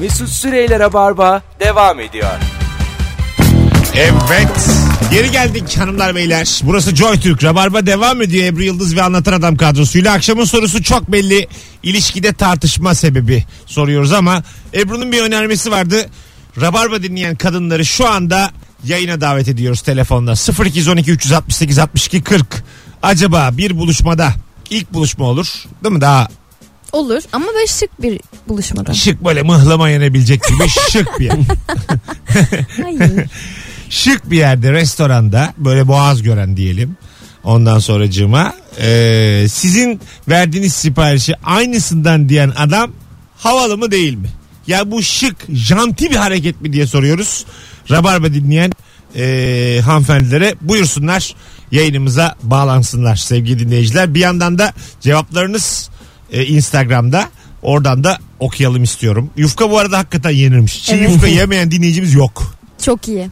Mesut Süreyler'e barba devam ediyor. Evet. Geri geldik hanımlar beyler. Burası Joy Türk. Rabarba devam ediyor Ebru Yıldız ve Anlatan Adam kadrosuyla. Akşamın sorusu çok belli. İlişkide tartışma sebebi soruyoruz ama Ebru'nun bir önermesi vardı. Rabarba dinleyen kadınları şu anda yayına davet ediyoruz telefonda. 0212 368 62 40. Acaba bir buluşmada ilk buluşma olur değil mi? Daha Olur ama böyle şık bir buluşmada. şık böyle mıhlama yenebilecek gibi şık bir yer. Hayır. şık bir yerde restoranda böyle boğaz gören diyelim. Ondan sonracığıma e, sizin verdiğiniz siparişi aynısından diyen adam havalı mı değil mi? Ya bu şık janti bir hareket mi diye soruyoruz. Rabarba dinleyen e, hanımefendilere buyursunlar yayınımıza bağlansınlar sevgili dinleyiciler. Bir yandan da cevaplarınız e, Instagram'da oradan da okuyalım istiyorum. Yufka bu arada hakikaten yenirmiş. Çiğ Evet. yufka yemeyen dinleyicimiz yok. Çok iyi.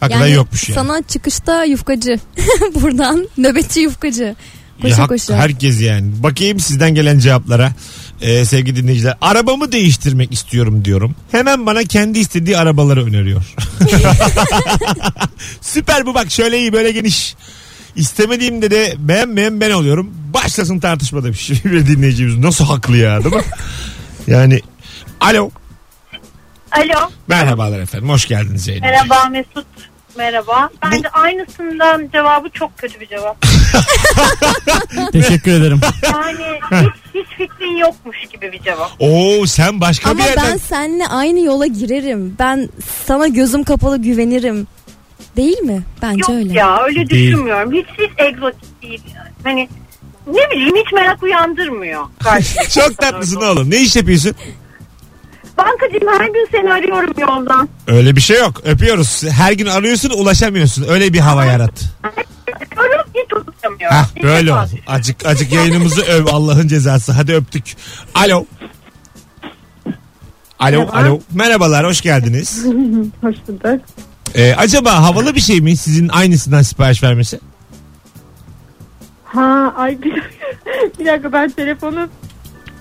Hakikaten yokmuş yani. Sana çıkışta yufkacı. Buradan nöbetçi yufkacı. Koşa Ya hak- koşa. Herkes yani. Bakayım sizden gelen cevaplara. Ee, sevgili dinleyiciler. Arabamı değiştirmek istiyorum diyorum. Hemen bana kendi istediği arabaları öneriyor. Süper bu bak şöyle iyi böyle geniş. İstemediğimde de beğenmeyen ben oluyorum. Başlasın tartışmada bir şey. Bir dinleyicimiz nasıl haklı ya değil mi? Yani alo. Alo. Merhabalar efendim. Hoş geldiniz yayınımıza. Merhaba Mesut. Merhaba. Bence aynısından cevabı çok kötü bir cevap. Teşekkür ederim. Yani hiç, hiç fikrin yokmuş gibi bir cevap. Oo sen başka Ama bir yerden. ben seninle aynı yola girerim. Ben sana gözüm kapalı güvenirim. Değil mi? Bence Yok öyle. ya Değil. öyle düşünmüyorum. Hiç hiç egzotik değil. Hani ne bileyim hiç merak uyandırmıyor. karşıdaki Çok insana tatlısın bu. oğlum. Ne iş yapıyorsun? Bankacığım her gün seni arıyorum yoldan. Öyle bir şey yok. Öpüyoruz. Her gün arıyorsun ulaşamıyorsun. Öyle bir hava yarat. Arıyorum hiç unutamıyorum. Hah, böyle ol. Acık, acık yayınımızı öv Allah'ın cezası. Hadi öptük. Alo. Alo, alo. Merhabalar, hoş geldiniz. Hoş bulduk. Ee, acaba havalı bir şey mi sizin aynısından sipariş vermesi? Ha ay bir, bir dakika ben telefonu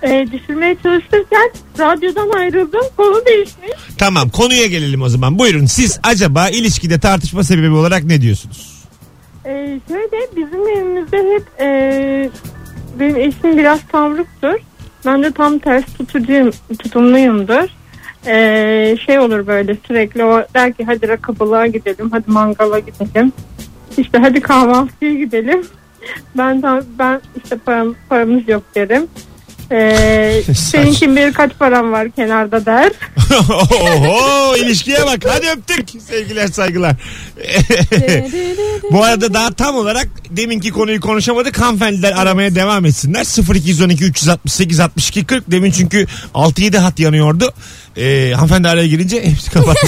e, düşürmeye çalışırken radyodan ayrıldım. Konu değişmiş. Tamam, konuya gelelim o zaman. Buyurun, siz acaba ilişkide tartışma sebebi olarak ne diyorsunuz? Ee, şöyle bizim evimizde hep e, benim eşim biraz tavruktur. Ben de tam ters tutucuyum, tutumluyumdur. Ee, şey olur böyle sürekli o der ki hadi rakabılığa gidelim, hadi mangala gidelim. İşte hadi kahvaltıya gidelim. Ben tam, ben işte param, paramız yok derim. Ee, senin için birkaç param var kenarda der. Oho, ilişkiye bak. Hadi öptük. Sevgiler, saygılar. Bu arada daha tam olarak deminki konuyu konuşamadık. Hanımefendiler aramaya devam etsinler. 0212 368 62 40. Demin çünkü 6-7 hat yanıyordu. Ee, hanımefendi araya girince hepsi kapattı.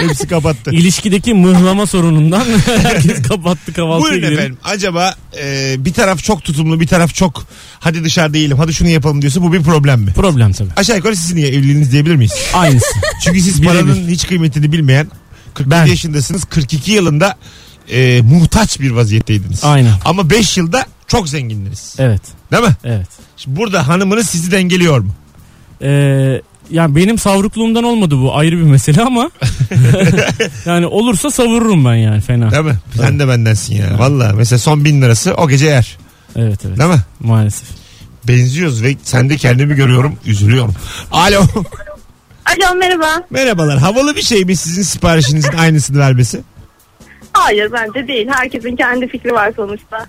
hepsi kapattı. İlişkideki mıhlama sorunundan herkes kapattı kahvaltıya Buyurun gidelim. efendim. Acaba e, bir taraf çok tutumlu, bir taraf çok hadi dışarı değilim, hadi şunu yapalım diyorsa bu bir problem mi? Problem tabii. Aşağı yukarı sizin evliliğiniz diyebilir miyiz? Aynısı. Çünkü siz Birebir. paranın hiç kıymetini bilmeyen 41 Ben. yaşındasınız. 42 yılında e, muhtaç bir vaziyetteydiniz. Aynen. Ama 5 yılda çok zengindiniz. Evet. Değil mi? Evet. Şimdi burada hanımınız sizi dengeliyor mu? Ee, yani benim savrukluğumdan olmadı bu ayrı bir mesele ama yani olursa savururum ben yani fena. Değil mi? Tabii. Sen de bendensin ya. Evet. Valla mesela son bin lirası o gece yer. Evet evet Değil mi? maalesef. Benziyoruz ve sende kendimi görüyorum. Üzülüyorum. Alo. Alo merhaba. Merhabalar. Havalı bir şey mi sizin siparişinizin aynısını vermesi? Hayır bence değil. Herkesin kendi fikri var sonuçta.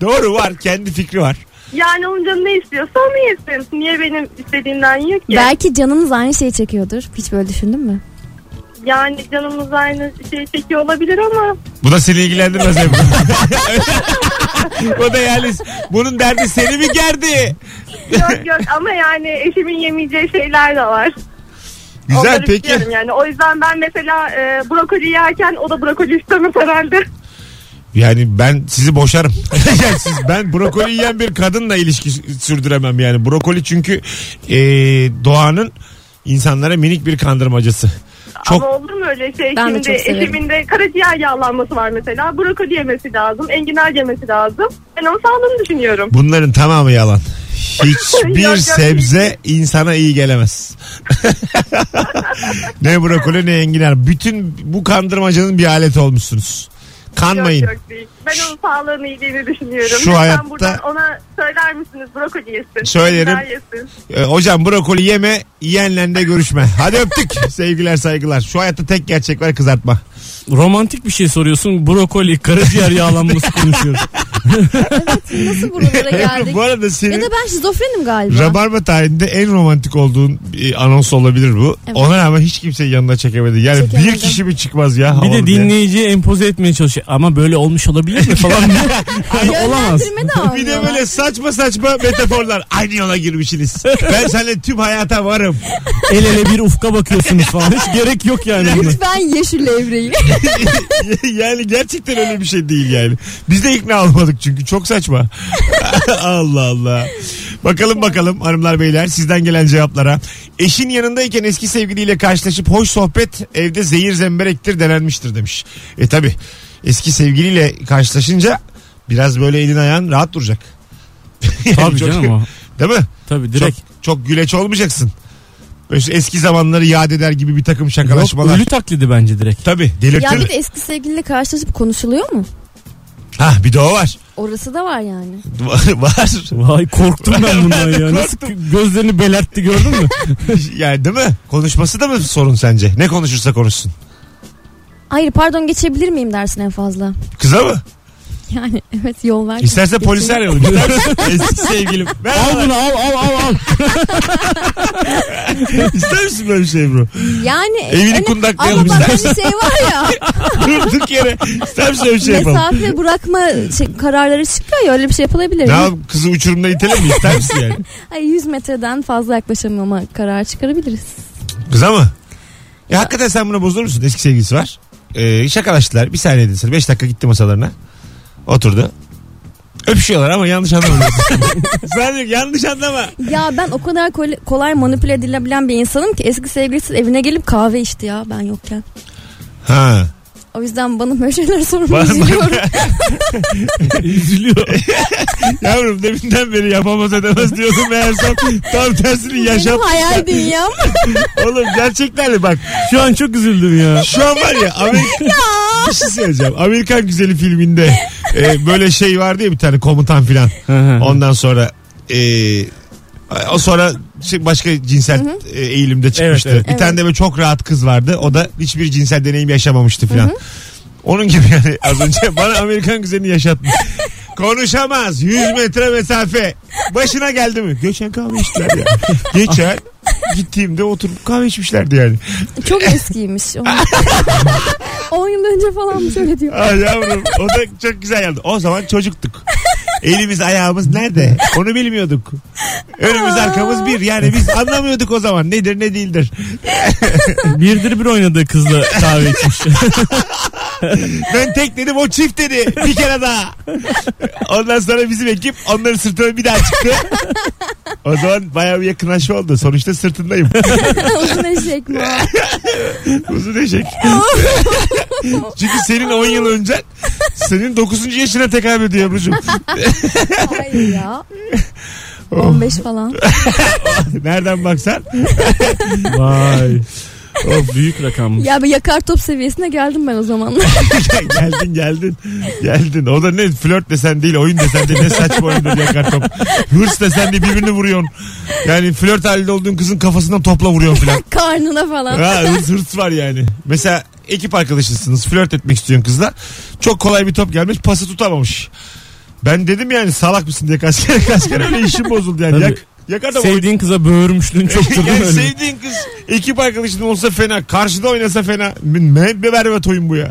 Doğru var. Kendi fikri var. Yani onun canı ne istiyorsa onu yesin. Niye benim istediğimden yiyor ki? Belki canınız aynı şeyi çekiyordur. Hiç böyle düşündün mü? Yani canımız aynı şey çekiyor olabilir ama Bu da seni ilgilendirmez Ebru. o da yani bunun derdi seni mi gerdi? yok yok ama yani E, eşimin yemeyeceği şeyler de var. Güzel Onları peki. biliyorum Yani. O yüzden ben mesela e, brokoli yerken o da brokoli istemez herhalde. Yani ben sizi boşarım. yani siz, ben brokoli yiyen bir kadınla ilişki sürdüremem yani. Brokoli çünkü e, doğanın insanlara minik bir kandırmacası. Çok Ama olur mu öyle şey? Ben de Şimdi çok severim. eşimin de karaciğer yağlanması var mesela. Brokoli yemesi lazım, enginar yemesi lazım. Ben onun sağlığını düşünüyorum. bunların tamamı yalan. Hiçbir sebze insana iyi gelemez. ne brokoli ne enginar. Bütün bu kandırmacanın bir alet olmuşsunuz. Kanmayın. Yok, yok değil. Ben onun sağlığını iyiliğini düşünüyorum. Şu Lütfen hayatta- buradan ona söyler misiniz brokoli yesin. Söylerim. biber yesin. Ee, hocam brokoli yeme, yiyenle de görüşme. Hadi öptük. Sevgiler saygılar. Şu hayatta tek gerçek var kızartma. Romantik bir şey soruyorsun. Brokoli, karaciğer yağlanması konuşuyoruz. Nasıl buralara geldik? bu arada ya senin da ben şizofrenim galiba. Rabarba tarihinde en romantik olduğun bir anons olabilir bu. Evet. Ona rağmen hiç kimseyi yanına çekemedi. Yani Çekemedim. bir kişi mi çıkmaz ya? Bir havalı de diye. dinleyiciye empoze etmeye çalışıyor. Ama böyle olmuş olabilir mi falan. diye. Yani olamaz. Yönlendirme de Bir de almıyorlar. böyle saçma saçma metaforlar. Aynı yola girmişsiniz. Ben seninle tüm hayata varım. El ele bir ufka bakıyorsunuz falan. Hiç gerek yok yani. buna. Lütfen yeşil evreyi. yani gerçekten öyle bir şey değil yani. Biz de ikna olmadık çünkü çok saçma. Allah Allah. Bakalım bakalım hanımlar beyler sizden gelen cevaplara. Eşin yanındayken eski sevgiliyle karşılaşıp hoş sohbet evde zehir zemberektir denenmiştir demiş. E tabi eski sevgiliyle karşılaşınca biraz böyle elin ayağın rahat duracak. Yani Tabii çok- canım o. Değil mi? Tabii direkt. Çok, çok güleç olmayacaksın. Böyle eski zamanları yad eder gibi bir takım Yok, şakalaşmalar. ölü taklidi bence direkt. Tabii ya bir delirtir. de eski sevgiliyle karşılaşıp konuşuluyor mu? Ha bir de o var. Orası da var yani. Var. var. Vay korktum ben bundan ya. Nasıl gözlerini belertti gördün mü? Yani değil mi? Konuşması da mı sorun sence? Ne konuşursa konuşsun. Hayır pardon geçebilir miyim dersin en fazla. Kıza mı? Yani evet yol ver. İsterse Geçeyim. polis arayalım. İsterse eski sevgilim. al Merhaba. bunu al al al al. İster misin böyle bir şey Ebru? Yani Evini hani- kundaklayalım Ama bak istersen. hani şey var ya. Durduk yere. İster misin öyle bir şey yapalım? mesafe bırakma şey- kararları çıkıyor ya öyle bir şey yapılabilir. Ne yapalım? Kızı uçurumda itelim mi? İster misin yani? Ay 100 metreden fazla yaklaşamama karar çıkarabiliriz. Kıza mı? Ya E, hakikaten sen buna bozulur musun? Eski sevgilisi var. Ee, şakalaştılar. Bir saniye dediler. Beş dakika gitti masalarına. Oturdu. Öpüşüyorlar ama yanlış anlamıyorsun. sen diyor ki, yanlış anlama. Ya ben o kadar kol- kolay manipüle edilebilen bir insanım ki eski sevgilisi evine gelip kahve içti ya ben yokken. Ha. O yüzden bana böyle şeyler sormayı Bana- üzülüyorum. Üzülüyor. Yavrum deminden beri yapamaz edemez diyordum meğersem tam tersini Benim yaşat. hayal dünyam. Oğlum gerçeklerle bak Şu an çok üzüldüm ya. şu an var ya Amerika... bir şey söyleyeceğim. Amerikan Güzeli filminde e, böyle şey vardı ya bir tane komutan filan. Ondan sonra e, o sonra şey başka cinsel e, eğilimde çıkmıştı. Evet, evet. Bir tane de böyle çok rahat kız vardı. O da hiçbir cinsel deneyim yaşamamıştı filan. Onun gibi yani az önce bana Amerikan güzelini yaşatmış. Konuşamaz. 100 metre mesafe. Başına geldi mi? Geçen kahve içtiler ya. Geçen gittiğimde oturup kahve içmişlerdi yani. Çok eskiymiş. 10 yıl önce falan şöyle diyor. Ah yavrum o da çok güzel geldi. O zaman çocuktuk. Elimiz ayağımız nerede? Onu bilmiyorduk. Önümüz arkamız bir. Yani biz anlamıyorduk o zaman nedir ne değildir. Birdir bir oynadığı kızla kahve içmiş. Ben tek dedim o çift dedi. Bir kere daha. Ondan sonra bizim ekip onların sırtına bir daha çıktı. O zaman bayağı bir yakınlaşma oldu. Sonuçta sırtındayım. Uzun eşek mi? o? Uzun eşek. Çünkü senin 10 yıl önce senin 9. yaşına tekabül ediyor Ebru'cum. Hayır ya. Oh. 15 falan. Nereden baksan. Vay. O büyük rakam. Ya bir yakar top seviyesine geldim ben o zamanlar. geldin geldin. Geldin. O da ne flört desen değil oyun desen de ne saçma oyundur yakar top. Hırs desen de birbirini vuruyorsun. Yani flört halinde olduğun kızın kafasından topla vuruyorsun falan. Karnına falan. Ha, hırs, hırs var yani. Mesela ekip arkadaşısınız flört etmek istiyorsun kızla. Çok kolay bir top gelmiş pası tutamamış. Ben dedim yani salak mısın diye kaç kere kaç kere öyle işim bozuldu yani. Tabii. Yak, yakar da Sevdiğin kıza böğürmüşlüğün çoktur değil yani şey- mi? öyle? sevdiğin kız ekip arkadaşın olsa fena. Karşıda oynasa fena. Ne bir berbat oyun bu ya.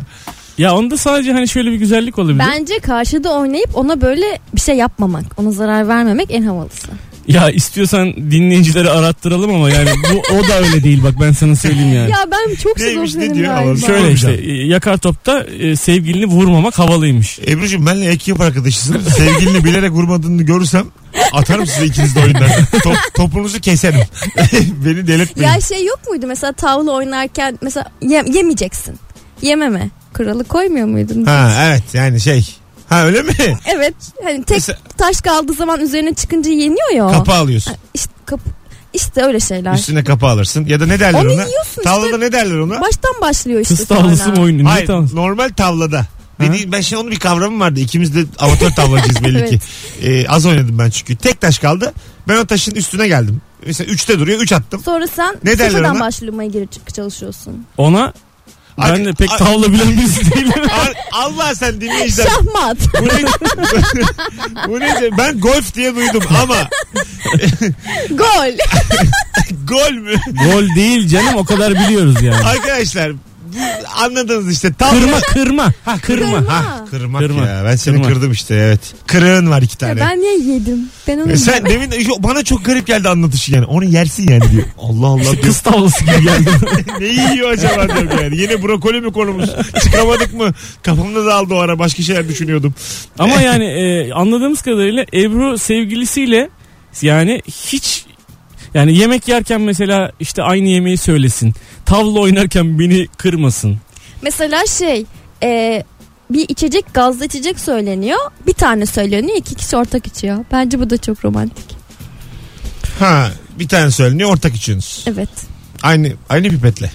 Ya onda sadece hani şöyle bir güzellik olabilir. Bence karşıda oynayıp ona böyle bir şey yapmamak, ona zarar vermemek en havalısı. Ya istiyorsan dinleyicileri arattıralım ama yani bu o da öyle değil bak ben sana söyleyeyim yani. Ya ben çok Neymiş, ne şizofrenim diyor? galiba. Havalı. Şöyle işte e, yakar topta e, sevgilini vurmamak havalıymış. Ebru'cum benle ekip arkadaşısın. Sevgilini bilerek vurmadığını görürsem atarım size ikiniz de oyundan. Top, topunuzu keserim. Beni delirtmeyin. Ya şey yok muydu mesela tavla oynarken mesela ye- yemeyeceksin. Yememe. Kralı koymuyor muydun? Ha evet yani şey. Ha öyle mi? Evet. Hani tek Mesela- taş kaldığı zaman üzerine çıkınca yeniyor ya. o. Kapı alıyorsun. İşte, kap- işte öyle şeyler. Üstüne kapı alırsın. Ya da ne derler Onu ona? yiyorsun Tavlada işte. ne derler ona? Baştan başlıyor işte. Kız tavlası sonra. mı oyunu? Niye Hayır tavlası? normal tavlada. Dediğim, ben şey onun bir kavramı vardı. İkimiz de amatör tavlacıyız belli Evet. ki. Ee, az oynadım ben çünkü. Tek taş kaldı. Ben o taşın üstüne geldim. Mesela üçte duruyor. Üç attım. Sonra sen Ne derler sıfırdan ona? başlamaya girip çalışıyorsun. Ona Ay- ben de pek ay- tavla bilen birisi değilim. Ar- Allah sen dinleyiciler. Şahmat. Bu ne? bu ne? Ben golf diye duydum ama Gol. gol mü? Gol değil canım o kadar biliyoruz yani. Arkadaşlar bu- anladınız işte. Tavla. Kırma kırma. Ha kırma. Kırma. Ha, kırmak Kırma. ya. Ben seni Kırma. kırdım işte evet. Kırığın var iki Ya tane. ben niye yedim? Ben onu E Sen yemedim. demin yo, bana çok garip geldi anlatışı yani. Onu yersin yani diyor. Allah Allah diyor. Kız tavlası gibi geldi. ne yiyor acaba diyorum yani. Yine brokoli mi konumuz? Çıkamadık mı? Kafamda da aldı o ara. Başka şeyler düşünüyordum. Ama yani e, anladığımız kadarıyla Ebru sevgilisiyle yani hiç yani yemek yerken mesela işte aynı yemeği söylesin. Tavla oynarken beni kırmasın. Mesela şey e, bir içecek gazlı içecek söyleniyor. Bir tane söyleniyor. iki kişi ortak içiyor. Bence bu da çok romantik. Ha bir tane söyleniyor ortak içiyorsunuz. Evet. Aynı aynı pipetle.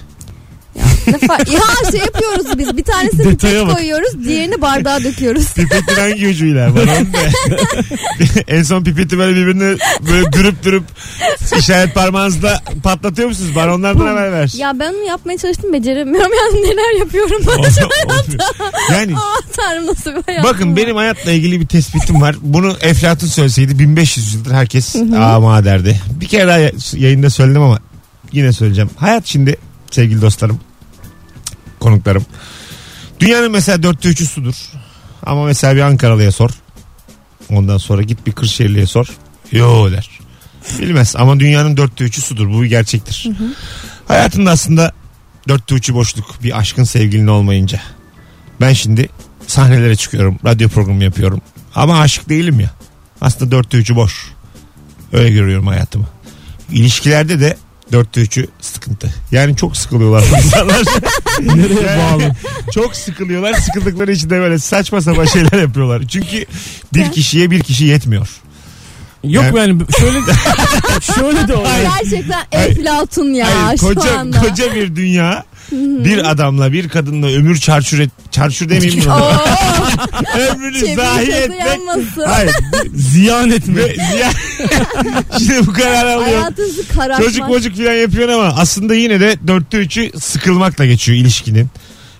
Ne fa- ya şey yapıyoruz biz. Bir tanesini Detaya pipet bak. koyuyoruz. Diğerini bardağa döküyoruz. Pipetin hangi ucuyla? Bana onu de. en son pipeti böyle birbirine böyle dürüp dürüp işaret parmağınızla patlatıyor musunuz? Bana onlardan haber ver. Ya ben onu yapmaya çalıştım beceremiyorum. Yani neler yapıyorum. yani Aa, Tanrım nasıl bir hayatım Bakın var. benim hayatla ilgili bir tespitim var. Bunu Eflatun söyleseydi 1500 yıldır herkes ama derdi. Bir kere daha yayında söyledim ama yine söyleyeceğim. Hayat şimdi sevgili dostlarım, konuklarım. Dünyanın mesela dörtte üçü sudur. Ama mesela bir Ankaralı'ya sor. Ondan sonra git bir Kırşehirli'ye sor. Yo der. Bilmez ama dünyanın dörtte üçü sudur. Bu bir gerçektir. Hayatında aslında dörtte üçü boşluk. Bir aşkın sevgilin olmayınca. Ben şimdi sahnelere çıkıyorum. Radyo programı yapıyorum. Ama aşık değilim ya. Aslında dörtte üçü boş. Öyle görüyorum hayatımı. İlişkilerde de dörtte üçü sıkıntı. Yani çok sıkılıyorlar bu insanlar. Nereye bağlı? çok sıkılıyorlar. Sıkıldıkları için de böyle saçma sapan şeyler yapıyorlar. Çünkü bir kişiye bir kişi yetmiyor. Yok Yani- yani şöyle şöyle de olabilir. Gerçekten Hayır. Eflatun ya Hayır, şu koca, anda. koca bir dünya bir adamla bir kadınla ömür çarçur et, çarçur demeyeyim mi? Oo, Ömrünü çeviri zayi yazı etmek. yanmasın. Hayır. Ziyan etme. Ve ya, şimdi bu kararı alıyorum. Hayatınızı karartmak. Çocuk mocuk filan yapıyorsun ama aslında yine de dörtte üçü sıkılmakla geçiyor ilişkinin.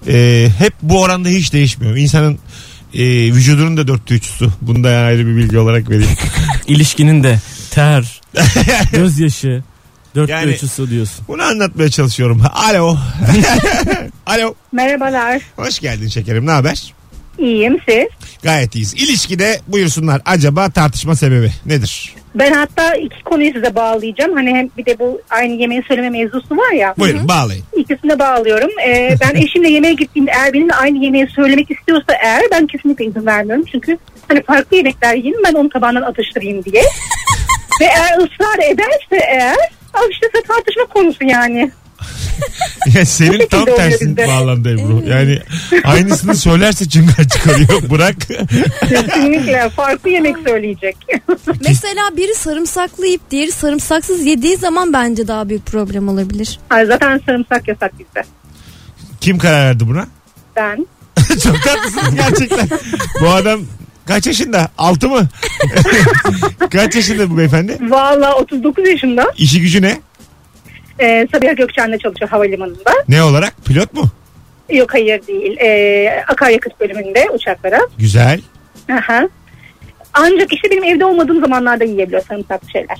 Ee, hep bu oranda hiç değişmiyor. İnsanın e, vücudunun da dörtte üçüsü. Bunu da yani ayrı bir bilgi olarak vereyim. İlişkinin de ter, gözyaşı, dörtte Yani- üçü su diyorsun. Bunu anlatmaya çalışıyorum. Alo. Alo. Merhabalar. Hoş geldin şekerim. Ne haber? İyiyim siz. Gayet iyiyiz. İlişkide buyursunlar. Acaba tartışma sebebi nedir? Ben hatta iki konuyu size bağlayacağım. Hani hem bir de bu aynı yemeği söyleme mevzusu var ya. Buyurun bağlayın. İkisine bağlıyorum. Ee, ben eşimle yemeğe gittiğimde eğer benimle aynı yemeği söylemek istiyorsa eğer ben kesinlikle izin vermiyorum. Çünkü hani farklı yemekler yiyeyim ben onu tabağından atıştırayım diye. Ve eğer ısrar ederse eğer al işte size tartışma konusu yani. Ya senin şekilde tam oluyor tersin bizde. bağlandı Ebru. Yani aynısını söylerse çıngar çıkarıyor. Bırak. Kesinlikle farklı yemek söyleyecek. Mesela biri sarımsaklı yiyip diğeri sarımsaksız yediği zaman bence daha büyük problem olabilir. Ay, Zaten sarımsak yasak bizde. Kim karar verdi buna? Ben. Çok tatlısınız gerçekten. Bu adam kaç yaşında? Altı mı? kaç yaşında bu beyefendi? Valla 39 yaşında İşi gücü ne? e, Sabiha Gökçen'de çalışıyor havalimanında. Ne olarak? Pilot mu? Yok hayır değil. E, akaryakıt bölümünde uçaklara. Güzel. Aha. Ancak işte benim evde olmadığım zamanlarda yiyebiliyor sarımsaklı şeyler.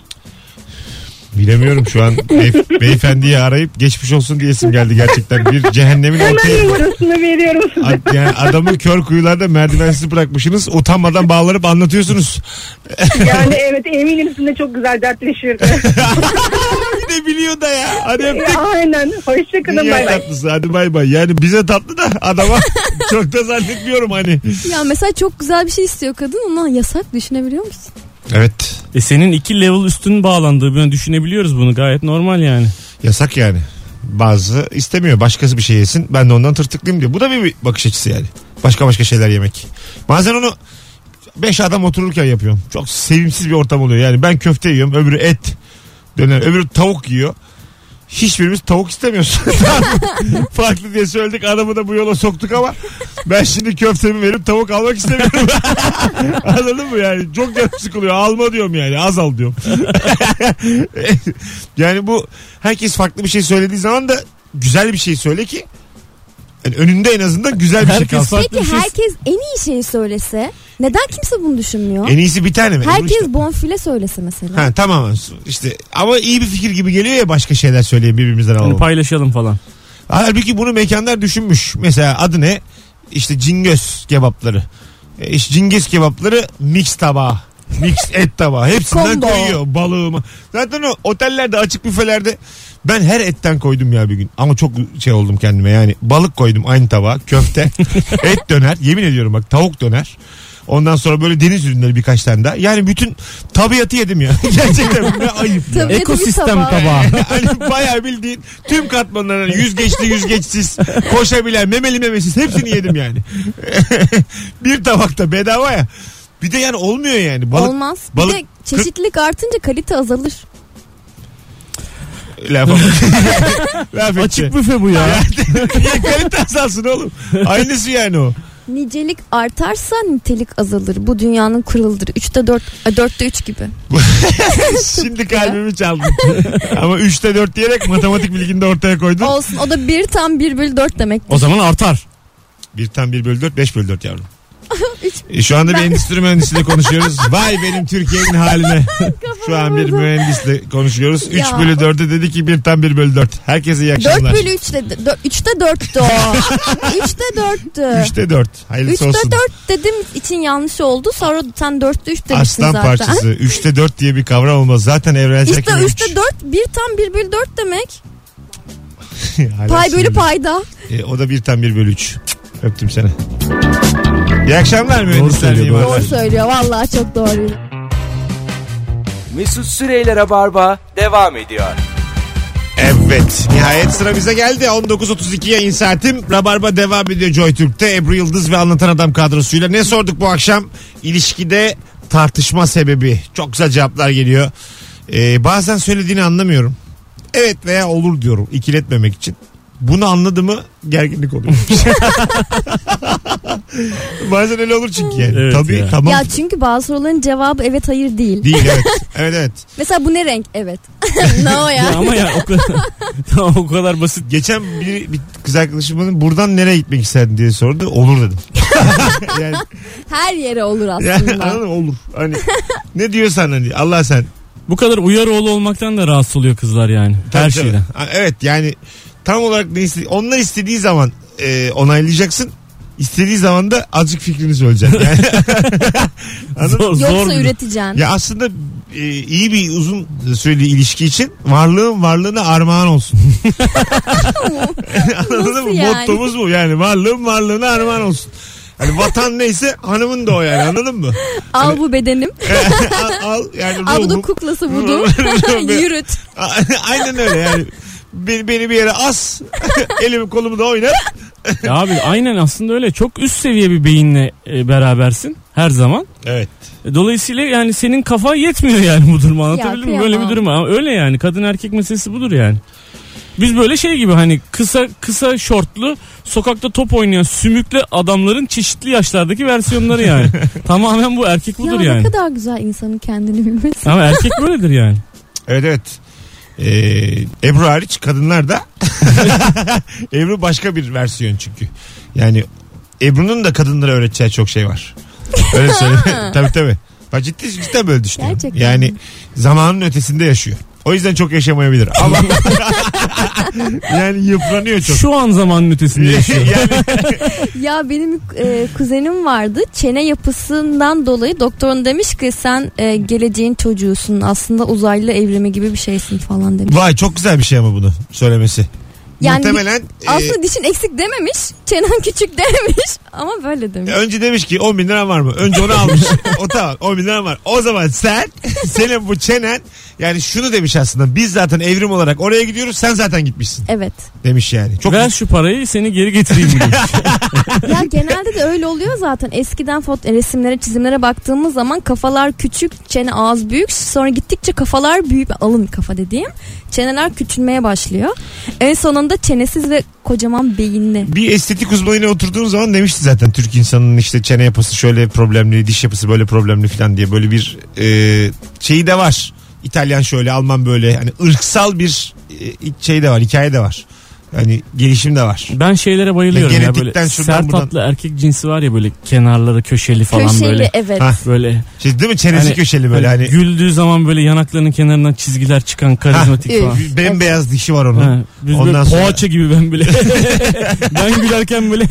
Bilemiyorum şu an beyef- beyefendiyi arayıp geçmiş olsun diyesim geldi gerçekten. Bir cehennemin Hemen ortaya... numarasını veriyorum size. A- Yani adamı kör kuyularda merdivensiz bırakmışsınız. Utanmadan bağlanıp anlatıyorsunuz. Yani evet eminim sizinle çok güzel dertleşirdi. Bir de biliyor da ya. Hadi öptük. Aynen. Hoşçakalın Dünya bay bay. tatlısı hadi bay bay. Yani bize tatlı da adama çok da zannetmiyorum hani. Ya mesela çok güzel bir şey istiyor kadın ona yasak düşünebiliyor musun? Evet. E senin iki level üstün bağlandığı bunu düşünebiliyoruz bunu gayet normal yani. Yasak yani. Bazı istemiyor. Başkası bir şey yesin. Ben de ondan tırtıklayayım diyor. Bu da bir bakış açısı yani. Başka başka şeyler yemek. Bazen onu beş adam otururken yapıyorum. Çok sevimsiz bir ortam oluyor. Yani ben köfte yiyorum. Öbürü et. Döner. Öbürü tavuk yiyor. Hiçbirimiz tavuk istemiyoruz. Tamam mı? Farklı diye söyledik. Adamı da bu yola soktuk ama ben şimdi köftemi verip tavuk almak istemiyorum. Anladın mı yani? Çok canım sıkılıyor. Alma diyorum yani. Az al diyorum. yani bu herkes farklı bir şey söylediği zaman da güzel bir şey söyle ki yani önünde en azından güzel bir şey Herkes kalsın. farklı Peki bir şey. herkes en iyi şeyi söylese neden kimse bunu düşünmüyor? En iyisi bir tane mi? Ebru Herkes işte. bonfile söylese mesela. Ha tamam işte ama iyi bir fikir gibi geliyor ya başka şeyler söyleyip birbirimizden Hani alalım. paylaşalım falan. Halbuki bunu mekanlar düşünmüş. Mesela adı ne? İşte cingöz kebapları. E, İşte cingöz kebapları mix tabağı. Mix et tabağı. Hepsinden Combo. koyuyor balığıma. Zaten o otellerde açık büfelerde ben her etten koydum ya bir gün. Ama çok şey oldum kendime yani. Balık koydum aynı tabağa. Köfte. et döner. Yemin ediyorum bak tavuk döner. Ondan sonra böyle deniz ürünleri birkaç tane daha. Yani bütün tabiatı yedim ya. Gerçekten ne ayıp ya. Tabii. Dedi bir Ekosistem sabah. tabağı. hani bayağı bildiğin tüm katmanların yüz geçli yüz geçsiz koşabilen memeli memesiz hepsini yedim yani. bir tabakta bedava ya. Bir de yani olmuyor yani. Balık Olmaz. Bir balık- de çeşitlilik artınca kalite azalır. laf ama- Laf etti. Açık büfe bu ya. Niye kalite azalsın oğlum? Aynısı yani o. Nicelik artarsa nitelik azalır. Bu dünyanın kuruludur. 3'te 4, 4'te 3 e, gibi. Şimdi kalbimi çaldın. Ama 3'te 4 diyerek matematik bilgini de ortaya koydun. Olsun o da 1 tam 1 bölü 4 demek. O zaman artar. 1 tam 1 bölü 4 5 bölü 4 yavrum. E, Şu anda bir endüstri mühendisiyle konuşuyoruz. Vay benim Türkiye'nin haline. Şu an bir mühendisle konuşuyoruz. 3 Ya. bölü 4'e dedi ki 1 tam 1 bölü 4. Herkese iyi 4 akşamlar. bölü 3 dedi. 3'te 4'tü o. 3'te 4'tü. 3'te 4. Hayırlısı 3'te olsun. 4 dedim için yanlış oldu. Sonra sen 4'te 3 demişsin Aslan zaten. parçası. 3'te 4 diye bir kavram olmaz. Zaten evrensel İşte 3'te 4 1 tam 1 bölü 4 demek. 4. Pay bölü payda. E, o da 1 tam 1 bölü 3. Öptüm seni. İyi akşamlar mühendisler. söylüyor, doğru. mimarlar. Doğru söylüyor. Vallahi çok doğru. Mesut Süreyler'e barba devam ediyor. Evet. Nihayet sıra bize geldi. 19.32 yayın saatim. Rabarba devam ediyor Joy Türk'te. Ebru Yıldız ve Anlatan Adam kadrosuyla. Ne sorduk bu akşam? İlişkide tartışma sebebi. Çok güzel cevaplar geliyor. Ee, bazen söylediğini anlamıyorum. Evet veya olur diyorum. İkiletmemek için. Bunu anladı mı gerginlik oluyor. bazen öyle olur çünkü yani. Evet Tabii ya. tamam. Ya çünkü bazı soruların cevabı evet hayır değil. Değil evet. Evet evet. Mesela bu ne renk? Evet. no ya. Ya ama ya o kadar, tamam, o kadar basit. Geçen bir, bir kız arkadaşım bana buradan nereye gitmek isterdin diye sordu. Olur dedim. yani, Her yere olur yani aslında. anladın mı? olur. Hani ne diyorsan hani Allah sen. Bu kadar uyar oğlu olmaktan da rahatsız oluyor kızlar yani. Her Tabii, şeyden. tabii. Ha, Evet yani tam olarak ne istedi onlar istediği zaman e, onaylayacaksın. İstediği zaman da azıcık fikrini söyleyeceksin. Yani, Anladın mı? Zor, zor Yoksa bir- üreteceksin. ya aslında e, iyi bir uzun süreli ilişki için varlığın varlığına armağan olsun. Anladın mı? Nasıl yani? Mottomuz bu yani varlığın varlığına armağan olsun. Hani vatan neyse hanımın da o yani anladın mı? Al bu bedenim. al, al yani Al bu da ruhum. kuklası budu. Ruhum. Yürüt. Aynen öyle yani. Beni, beni bir yere as. Elimi kolumu da oynat. Ya abi aynen aslında öyle. Çok üst seviye bir beyinle e, berabersin her zaman. Evet. E, Dolayısıyla yani senin kafa yetmiyor yani bu duruma anlatabildim mi? kıyamam. Böyle bir durum var. Ama öyle yani kadın erkek meselesi budur yani. Biz böyle şey gibi hani kısa kısa şortlu sokakta top oynayan sümüklü adamların çeşitli yaşlardaki versiyonları yani. Tamamen bu erkek budur ya yani. ne kadar güzel insanın kendini bilmesi. Ama erkek böyledir yani. Evet evet. Ee, Ebru hariç kadınlar da Ebru başka bir versiyon çünkü. Yani Ebru'nun da kadınlara öğreteceği çok şey var. Öyle söyleyeyim. tabii tabii. Ben ciddi cidden böyle düşünüyorum. Gerçekten yani mi? zamanın ötesinde yaşıyor. O yüzden çok yaşamayabilir ama yani yıpranıyor çok. Şu an zamanın ötesinde yaşıyor. yani Ya benim e, kuzenim vardı. Çene yapısından dolayı doktorun demiş ki sen e, geleceğin çocuğusun. Aslında uzaylı evrimi gibi bir şeysin falan demiş. Vay çok güzel bir şey ama bunu söylemesi. Yani Muhtemelen e, Aslında dişin eksik dememiş. Çenen küçük dememiş. Ama böyle demiş. E, önce demiş ki 10 bin liran var mı? Önce onu almış. o tamam 10 bin liran var. O zaman sen senin bu çenen Yani şunu demiş aslında biz zaten evrim olarak oraya gidiyoruz sen zaten gitmişsin Evet. demiş yani. Çok Ver şu parayı seni geri getireyim mi demiş. Ya genelde de öyle oluyor zaten. Eskiden foto resimlere, çizimlere baktığımız zaman kafalar küçük, çene ağız büyük. Sonra gittikçe kafalar büyük, alın kafa dediğim. Çeneler küçülmeye başlıyor. En sonunda çenesiz ve kocaman beyinli. bir estetik uzmanıyla oturduğum zaman demişti zaten Türk insanının işte çene yapısı şöyle problemli, diş yapısı böyle problemli falan diye böyle bir e, şeyi de var. İtalyan şöyle, Alman böyle hani ırksal bir e, şey de var, hikaye de var. Hani gelişim de var. Ben şeylere bayılıyorum Ya ya, genetikten böyle şuradan sert buradan. tatlı erkek cinsi var ya böyle kenarları köşeli falan Köşeli böyle. evet. Ha. Böyle Şey, değil mi? Çenesi Hani- köşeli böyle hani güldüğü zaman böyle yanaklarının kenarından çizgiler çıkan karizmatik falan. bembeyaz dişi var onun. Ha, biz Ondan böyle sonra- poğaça gibi ben böyle ben gülerken böyle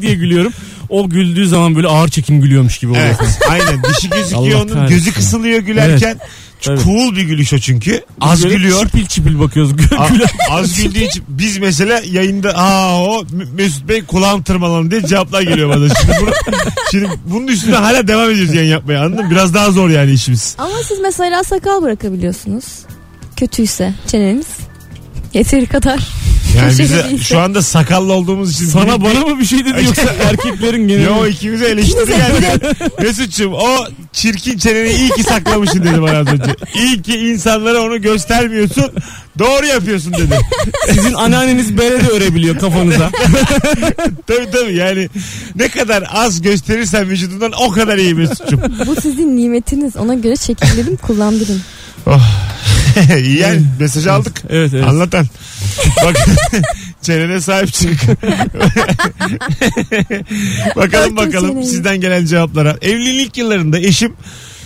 diye gülüyorum. O güldüğü zaman böyle ağır çekim gülüyormuş gibi oluyor. Evet. Aynen dişi gözüküyor Allah onun. kahretsin. Gözü kısılıyor gülerken. Çok Evet. Cool bir gülüş o çünkü. Az Böyle gülüyor. Çipil çipil bakıyoruz. A- Güler. az güldüğü için biz mesela yayında aa o M- Mesut Bey kulağım tırmalandı diye cevaplar geliyor bana. Şimdi, bunu, şimdi bunun üstüne hala devam ediyoruz yayın yapmaya anladın mı? Biraz daha zor yani işimiz. Ama siz mesela sakal bırakabiliyorsunuz. Kötüyse çeneniz. Yeteri kadar. Yani Köşeli bize değilse. şu anda sakallı olduğumuz için Sana bana mı bir şey dedi yoksa erkeklerin geneli. Yo ikimize eleştiri geldi. Mesut'cum o çirkin çeneni iyi ki saklamışsın dedi bana az önce. İyi ki insanlara onu göstermiyorsun. Doğru yapıyorsun dedi. Sizin anneanneniz bere de örebiliyor kafanıza. tabii tabii yani ne kadar az gösterirsen vücudundan o kadar iyi Mesut'cum. Bu sizin nimetiniz. Ona göre şekillerim kullandırın. İyi yani mesaj aldık. Evet evet. Anlatan. Bak çenene sahip çık. bakalım Örtün bakalım çeneni. sizden gelen cevaplara. Evlilik yıllarında eşim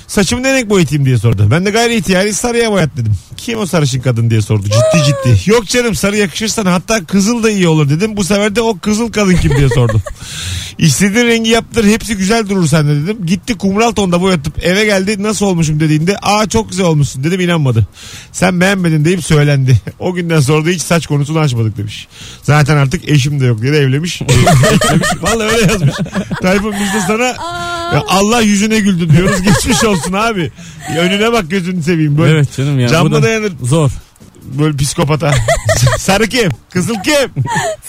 saçımı ne renk boyatayım diye sordu. Ben de gayri ihtiyari sarıya boyat dedim. Kim o sarışın kadın diye sordu. Ciddi ciddi. Yok canım sarı yakışır sana hatta kızıl da iyi olur dedim. Bu sefer de o kızıl kadın kim diye sordu. İstediğin rengi yaptır hepsi güzel durur sende dedim. Gitti kumral tonda boyatıp eve geldi nasıl olmuşum dediğinde aa çok güzel olmuşsun dedim inanmadı. Sen beğenmedin deyip söylendi. O günden sonra da hiç saç konusunu açmadık demiş. Zaten artık eşim de yok diye de evlemiş. Eklemiş. Vallahi öyle yazmış. Tayfun biz de sana ya Allah yüzüne güldü diyoruz geçmiş olsun abi. Önüne bak gözünü seveyim böyle. Evet canım ya. Can bu mı da dayanır Zor. böyle psikopata? Sarı kim? Kızıl kim? ya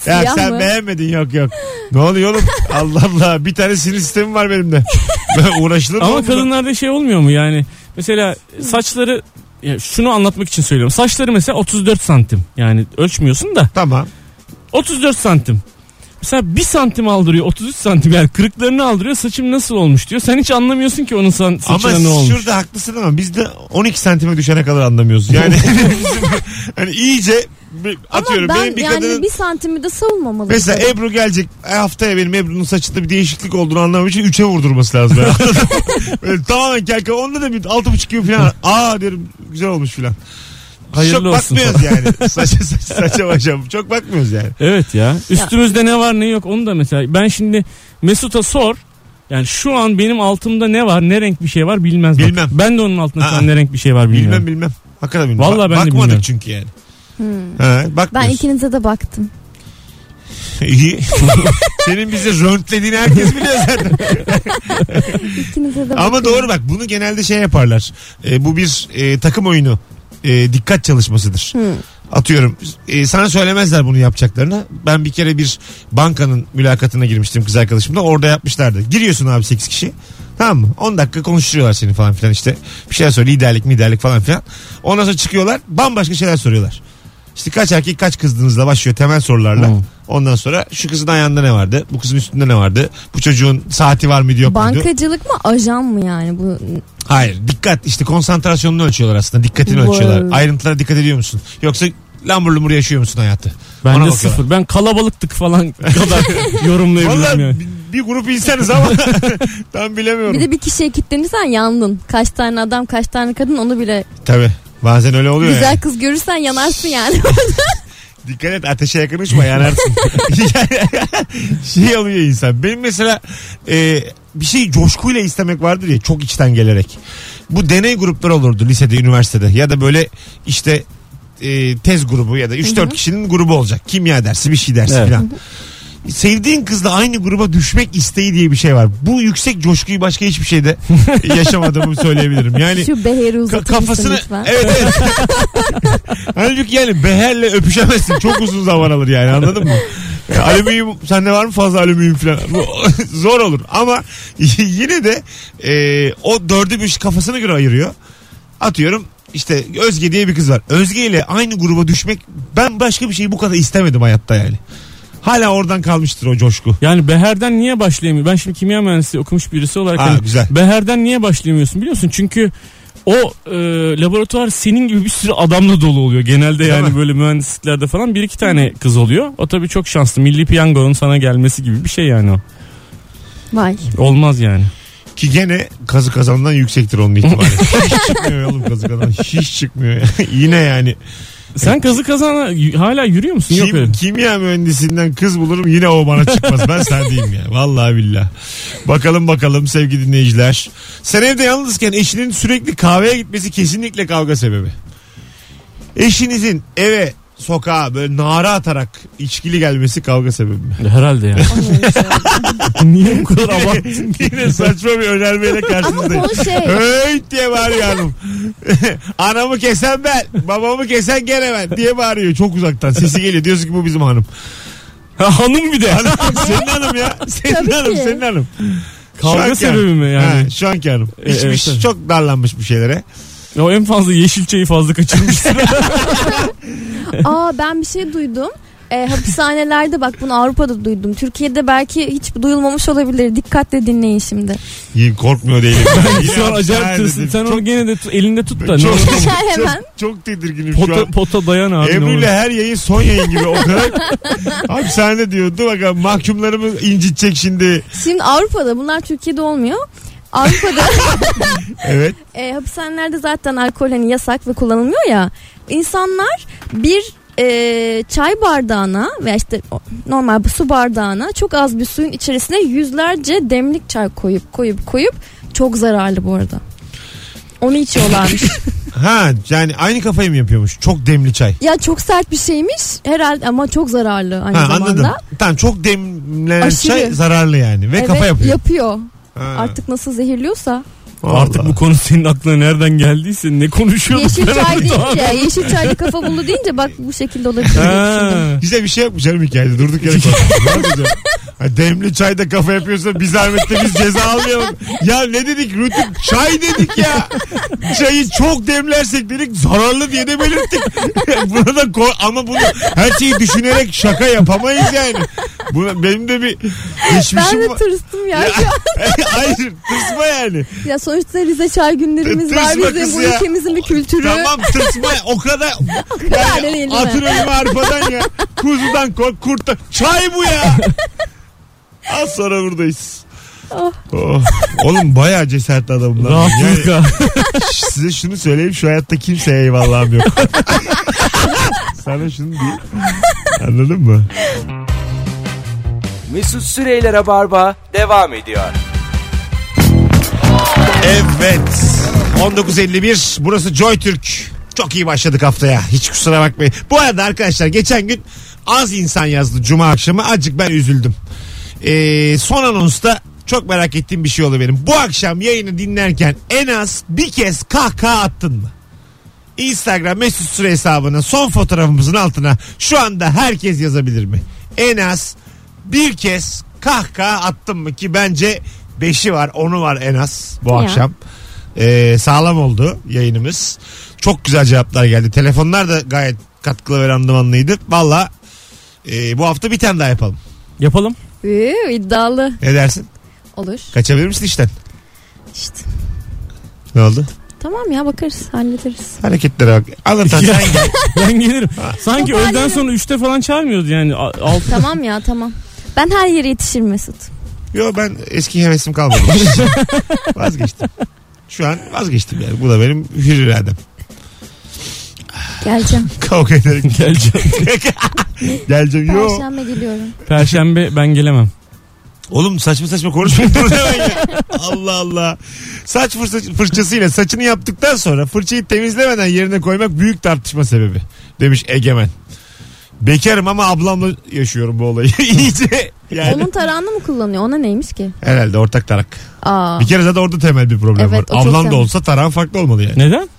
Siyah sen mı? beğenmedin yok yok. Ne oluyor oğlum? Allah Allah bir tane sinir sistemi var benim de. Ben uğraşılır mı? Ama bununla? kadınlarda şey olmuyor mu yani? Mesela saçları ya şunu anlatmak için söylüyorum. Saçları mesela 34 santim. Yani ölçmüyorsun da Tamam. 34 santim. Mesela 1 santim aldırıyor 33 santim yani kırıklarını aldırıyor saçım nasıl olmuş diyor. Sen hiç anlamıyorsun ki onun sa- saçına ama ne olmuş. şurada haklısın ama biz de 12 santime düşene kadar anlamıyoruz. Yani bizim, hani iyice bir- atıyorum Ama ben benim bir yani kadının bir santimi de savunmamalıyım. Mesela Ebru gelecek e, haftaya benim Ebru'nun saçında bir değişiklik olduğunu anlamam için 3'e vurdurması lazım. Yani. Anladın mı? Böyle tamamen kelka onda da bir 6,5 gibi falan aa derim güzel olmuş falan. Hayırlı Çok olsun bakmıyoruz yani. Saça, saça, saça başa çok bakmıyoruz yani. Evet ya. Üstümüzde ne var ne yok onu da mesela ben şimdi Mesut'a sor. Yani şu an benim altımda ne var ne renk bir şey var bilmez. bak. Bilmem. Ben de onun altında şu Aa. an ne renk bir şey var bilmiyorum. Bilmem bilmem. Hakikaten bilmem. Vallahi ben de Bakmadık bilmiyorum. çünkü yani. Ha, Ben bakmıyoruz. ikinize de baktım. İyi. Senin bizi röntlediğini herkes biliyor zaten. İkinize de Ama doğru bak bunu genelde şey yaparlar. E, bu bir e, takım oyunu. E, dikkat çalışmasıdır. Atıyorum e, sana söylemezler bunu yapacaklarını. Ben bir kere bir bankanın mülakatına girmiştim kız arkadaşımla. Orada yapmışlardı. Giriyorsun abi 8 kişi. Tamam mı? 10 dakika konuşturuyorlar seni falan filan işte. Bir şeyler soruyor. Liderlik liderlik falan filan. Ondan sonra çıkıyorlar. Bambaşka şeyler soruyorlar. İşte kaç erkek kaç kızdınızla başlıyor temel sorularla. Hmm. Ondan sonra şu kızın ayağında ne vardı? Bu kızın üstünde ne vardı? Bu çocuğun saati var mıydı yok muydu? Bankacılık mı ajan mı yani bu? Hayır dikkat işte konsantrasyonunu ölçüyorlar aslında dikkatini Vay. ölçüyorlar. Ayrıntılara dikkat ediyor musun? Yoksa lambur lumur yaşıyor musun hayatı? Ben Ona de bakıyorlar. sıfır. Ben kalabalıktık falan kadar yorumlayabilirim Vallahi yani. bir- bir grup insanız ama tam bilemiyorum. Bir de bir kişiye kilitlenirsen yandın. Kaç tane adam kaç tane kadın onu bile Tabii bazen öyle oluyor güzel yani. kız görürsen yanarsın yani. Dikkat et ateşe yakın uçma yanarsın. şey oluyor insan. Benim mesela e, bir şeyi coşkuyla istemek vardır ya çok içten gelerek. Bu deney grupları olurdu lisede, üniversitede ya da böyle işte e, tez grubu ya da 3-4 kişinin grubu olacak. Kimya dersi, bir şey dersi Evet. falan. sevdiğin kızla aynı gruba düşmek isteği diye bir şey var. Bu yüksek coşkuyu başka hiçbir şeyde yaşamadığımı söyleyebilirim. Yani Şu Ka- beheri uzatır kafasını mısın lütfen? evet evet. Halbuki yani beherle öpüşemezsin. Çok uzun zaman alır yani anladın mı? Ya, alüminyum sende var mı fazla alüminyum falan? Bu, zor olur ama yine de e, o dördü bir kafasına göre ayırıyor. Atıyorum işte Özge diye bir kız var. Özge ile aynı gruba düşmek ben başka bir şeyi bu kadar istemedim hayatta yani. Hala oradan kalmıştır o coşku. Yani Beher'den niye başlayamıyor? Ben şimdi kimya mühendisi okumuş birisi olarak Ha, hani güzel. Beher'den niye başlayamıyorsun biliyorsun? Çünkü o e, laboratuvar senin gibi bir sürü adamla dolu oluyor. Genelde yani mi? böyle mühendisliklerde falan bir iki tane kız oluyor. O tabii çok şanslı. Milli piyangonun sana gelmesi gibi bir şey yani o. Vay. Olmaz yani. Ki gene kazı kazandan yüksektir onun ihtimali. Hiç çıkmıyor oğlum kazı kazan. Hiç çıkmıyor. Yine yani. Sen kazı kazana y- hala yürüyor musun? Yok öyle. Kim, kimya mühendisinden kız bulurum yine o bana çıkmaz. Ben sana diyeyim ya. Vallahi billah. Bakalım bakalım sevgili dinleyiciler. Sen evde yalnızken eşinin sürekli kahveye gitmesi kesinlikle kavga sebebi. Eşinizin eve sokağa böyle nara atarak içkili gelmesi kavga sebebi. Herhalde yani. niye bu kadar abarttın? ki? Yine saçma bir önermeyle karşınızdayım. Ama bu şey. Hey diye bağırıyor hanım. Anamı kesen ben, babamı kesen gene ben diye bağırıyor çok uzaktan. Sesi geliyor. Diyorsun ki bu bizim hanım. Ha, Hanım bir de. Hanım, senin hanım ya. Senin Tabii hanım, ki. senin hanım. Kavga Şu anki sebebi hanım. mi yani? Ha, şu anki hanım. E, İçmiş, evet. çok darlanmış bir şeylere. O en fazla yeşil çayı fazla kaçırmışsın. Aa ben bir şey duydum. E, hapishanelerde bak bunu Avrupa'da duydum. Türkiye'de belki hiç duyulmamış olabilir. Dikkatle dinleyin şimdi. İyi, korkmuyor değilim. Yine Şu an acayip hapishane tırsın. dedim. Sen onu gene de tut- elinde tut da. Çok, ne çok, olur. çok, Hemen. çok tedirginim şu Pota, an. pota dayan abi. ne Ebru olur. ile her yayın son yayın gibi o kadar hapishanede diyordu. Bakalım mahkumlarımı incitecek şimdi. Şimdi Avrupa'da bunlar Türkiye'de olmuyor. Avrupa'da Evet. e, hapishanelerde zaten alkol hani yasak ve kullanılmıyor ya. İnsanlar bir e, çay bardağına veya işte o- normal bu su bardağına çok az bir suyun içerisine yüzlerce demlik çay koyup koyup koyup çok zararlı bu arada. Onu içiyorlarmış. Ha yani aynı kafayı mı yapıyormuş? Çok demli çay. ya çok sert bir şeymiş herhalde ama çok zararlı aynı Ha, zamanda. anladım. Tamam çok demlenen Aşırı. çay zararlı yani ve Evet, kafa yapıyor. Ha, Artık nasıl zehirliyorsa. Artık vallahi. bu konu senin aklına nereden geldiyse ne konuşuyorduk Yeşil ben çay orada abi? deyince, yeşil çaylı kafa buldu deyince bak bu şekilde olabilir. diye düşündüm. Ha. Bize bir şey yapmış canım hikayede durduk yere konuştuk. Ne yapacağız? Ha, Demli çayda kafa yapıyorsa biz zahmette biz ceza almayalım. Ya ne dedik rutin çay dedik ya. Çayı çok demlersek dedik zararlı diye de belirttik. Buna da ko- ama bunu her şeyi düşünerek şaka yapamayız yani. Buna, benim de bir Ben geçmişim de var. tırstım ya. Hayır tırsma yani. Ya sonuçta Rize çay günlerimiz Tırsma var. kız Bizim bu ya. ülkemizin bir kültürü. Tamam tırsma o kadar. kadar da değil mi? atın önüme arpadan ya. Kuzudan kork kurttan. Çay bu ya. Az sonra buradayız. Oh. Oh. Oğlum bayağı cesaretli adamım lan. Yani Rahatsızlık ha. size şunu söyleyeyim şu hayatta kimseye eyvallahım yok. Sana şunu diyeyim. Anladın mı? Mesut Süreyler'e barba devam ediyor. Evet. 19.51 burası Joy Türk. Çok iyi başladık haftaya. Hiç kusura bakmayın. Bu arada arkadaşlar geçen gün az insan yazdı cuma akşamı. Azıcık ben üzüldüm. Ee, son anonsta çok merak ettiğim bir şey oldu benim. Bu akşam yayını dinlerken en az bir kez kahkaha attın mı? Instagram mesut süre hesabının son fotoğrafımızın altına şu anda herkes yazabilir mi? En az bir kez kahkaha attım mı ki bence beşi var onu var en az bu Ya. akşam. Ee, sağlam oldu yayınımız. Çok güzel cevaplar geldi. Telefonlar da gayet katkılı ve randımanlıydı. Valla e, bu hafta bir tane daha yapalım. Yapalım. Üü, iddialı Ne dersin? olur. Kaçabilir misin işten? İşte. Ne oldu? Tamam ya bakarız hallederiz. Hareketlere bak. Anlatan sen gel. Ben gelirim. Sanki Toparlayalım. öğleden sonra 3'te falan çağırmıyordu yani. A- Altı. tamam ya tamam. Ben her yere yetişir Mesut. Yo ben eski hevesim kalmadı. vazgeçtim. Şu an vazgeçtim yani. Bu da benim hür iradem. Geleceğim. Kavga ederek Geleceğim. geleceğim. Yo. Perşembe geliyorum. Perşembe ben gelemem. Oğlum saçma saçma konuşmayın. Durun hemen ya. Allah Allah. Saç fırça- fırçasıyla saçını yaptıktan sonra fırçayı temizlemeden yerine koymak büyük tartışma sebebi. Demiş Egemen. Bekarım ama ablamla yaşıyorum bu olayı. İyice Yani Onun tarağını mı kullanıyor? Ona neymiş ki? herhalde ortak tarak. Aa. Bir kere zaten orada temel bir problem Evet, var. o çok Ablan da temel. olsa tarağın farklı olmalı yani. Neden?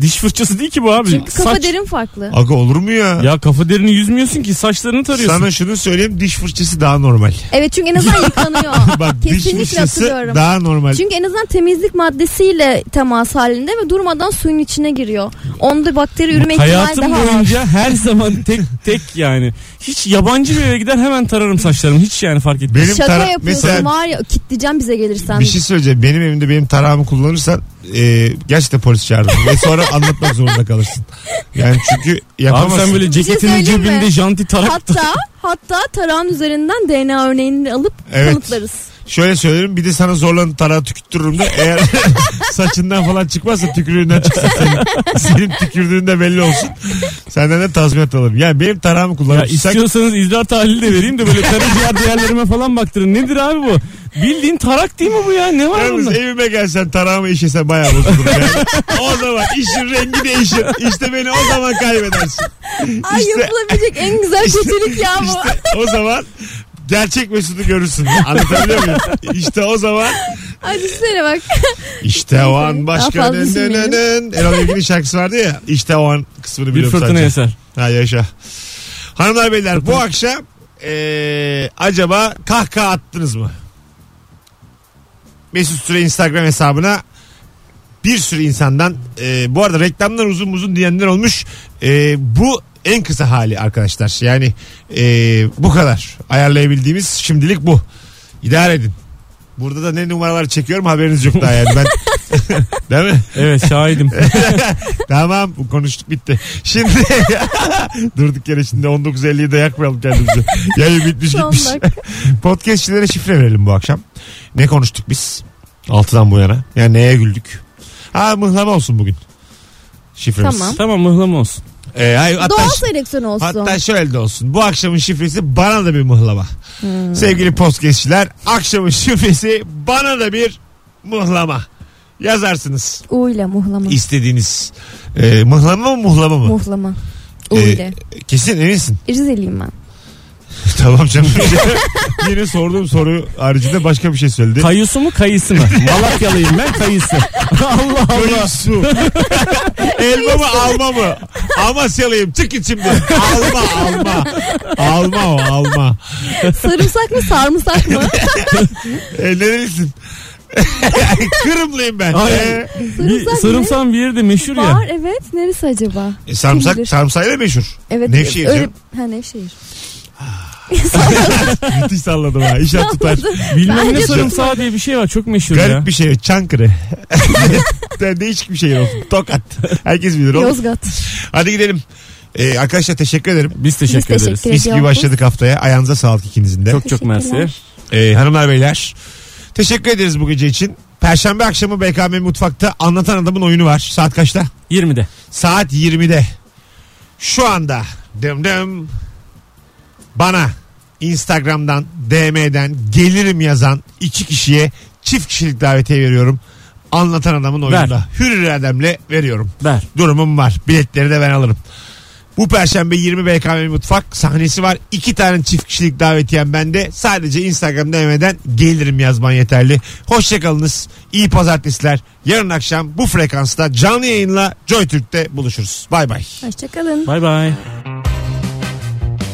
Diş fırçası değil ki bu abi. Çünkü kafa Saç- derin farklı. Aga olur mu ya? Ya kafa derini yüzmüyorsun ki saçlarını tarıyorsun. Sana şunu söyleyeyim diş fırçası daha normal. Evet çünkü en azından yıkanıyor. Bak şey diş Kesinlikle fırçası hatırlıyorum. daha normal. Çünkü en azından temizlik maddesiyle temas halinde ve durmadan suyun içine giriyor. Onda bakteri üreme ihtimali Hayatım daha var. boyunca her zaman tek tek yani. Hiç yabancı bir eve gider hemen tararım saçlarımı. Hiç yani fark etmez. Benim Şaka tara- yapıyorsun mesela var ya kitleyeceğim bize gelirsen. bir şey söyleyeceğim. Benim evimde benim tarağımı kullanırsan e, gerçekten polis çağırırım. Ve sonra anlatmak zorunda kalırsın. Yani çünkü Abi yapamazsın. sen böyle Bir şey ceketinin söyleyeyim mi? cebinde janti tarak da- Hatta hatta tarağın üzerinden DNA örneğini alıp Evet. kanıtlarız. Şöyle söylerim bir de sana zorla tarağı tükürtürürüm de eğer saçından falan çıkmazsa tükürüğünden çıksın senin. Senin tükürdüğün de belli olsun. Senden de tazminat alırım. Yani benim tarağımı Ya kullanırsak istiyorsanız idrar tahlili de vereyim de böyle karaciğer değerlerime falan baktırın. Nedir abi bu? Bildiğin tarak değil mi bu ya? Ne var Yalnız bunda? evime gelsen tarağımı işesen bayağı bozulurum yani. o zaman işin rengi değişir. İşte beni o zaman kaybedersin. Ay İşte- yapılabilecek en güzel kötülük ya bu. İşte o zaman gerçek Mesut'u görürsün. Anlatabiliyor muyum? İşte o zaman Ay düşünsene bak. işte o an Daha başka fazla nenen Erol Evgin'in şarkısı vardı ya. İşte o an kısmını Bir biliyorum fırtına sadece. eser. Ha yaşa. Hanımlar beyler bu akşam eee, acaba kahkaha attınız mı? Mesut Süre Instagram hesabına bir sürü insandan eee, bu arada reklamlar uzun uzun diyenler olmuş. Eee, bu en kısa hali arkadaşlar. Yani eee, bu kadar ayarlayabildiğimiz şimdilik bu. İdare edin. Burada da ne numaralar çekiyorum haberiniz yok daha yani ben. Değil mi? Evet şahidim. Tamam bu konuştuk bitti. Şimdi durduk yere şimdi 19.50'yi de yakmayalım kendimizi. Yayın bitmiş Son gitmiş. dakika. Podcastçilere şifre verelim bu akşam. Ne konuştuk biz? Altıdan bu yana. Yani neye güldük? Ha mıhlama olsun bugün. Şifremiz. Tamam. tamam mıhlama olsun. Ee, hayır, hatta, Doğal seleksiyon olsun. hatta şöyle de olsun. Bu akşamın şifresi bana da bir mıhlama. Hmm. Sevgili podcastçiler akşamın şifresi bana da bir mıhlama. Yazarsınız U ile muhlama. istediğiniz. Ee, mıhlama mı muhlama mı? muhlama. U Ee, ile. Kesin eminsin. İrizeliyim ben. tamam canım. Yine sorduğum soru haricinde başka bir şey söyledi. Kayısı mı kayısı mı? Malatyalıyım ben kayısı. Allah Allah. Su. Elma mı alma mı? Amasyalıyım çık içimden. Alma alma. Alma o alma. Sarımsak mı sarımsak mı? E, nerelisin? Kırımlıyım ben. Ay. E, Bir, Sarımsak sarımsağın bir yerde meşhur Var ya. evet. Neresi acaba? e, sarımsak, Kim bilir? sarımsağıyla meşhur. Evet. Nevşehir öyle- canım. Ah. Ha Nevşehir. Müthiş salladım ha. İnşaat tutar. Bilmem Bence ne tutmaz. sarımsağı diye bir şey var çok meşhur ya. Garip bir şey. Çankırı. De- Değişik bir şehir olsun. Tokat. Herkes bilir oğlum. Yozgat. Hadi gidelim. E, arkadaşlar teşekkür ederim. Biz teşekkür, Biz teşekkür ederiz. ederiz. Biz gibi Yok. başladık haftaya. Ayağınıza sağlık ikinizin de. Çok çok mersi. Teşekkürler. Ee, hanımlar beyler teşekkür ederiz bu gece için. Perşembe akşamı BKM Mutfak'ta Anlatan Adam'ın oyunu var. Saat kaçta? 20'de. Saat 20'de. Şu anda dım dım bana Instagram'dan DM'den gelirim yazan iki kişiye çift kişilik davetiye veriyorum. Anlatan Adam'ın oyununda. Hür irademle veriyorum Ver. durumum var. Biletleri de ben alırım. Bu perşembe 20 BKM Mutfak sahnesi var. İki tane çift kişilik davetiyem bende. Sadece Instagram'da DM'den gelirim yazman yeterli. Hoşçakalınız. İyi pazartesiler. Yarın akşam bu frekansta canlı yayınla JoyTürk'te buluşuruz. Bay bay. Hoşçakalın. Bay bay.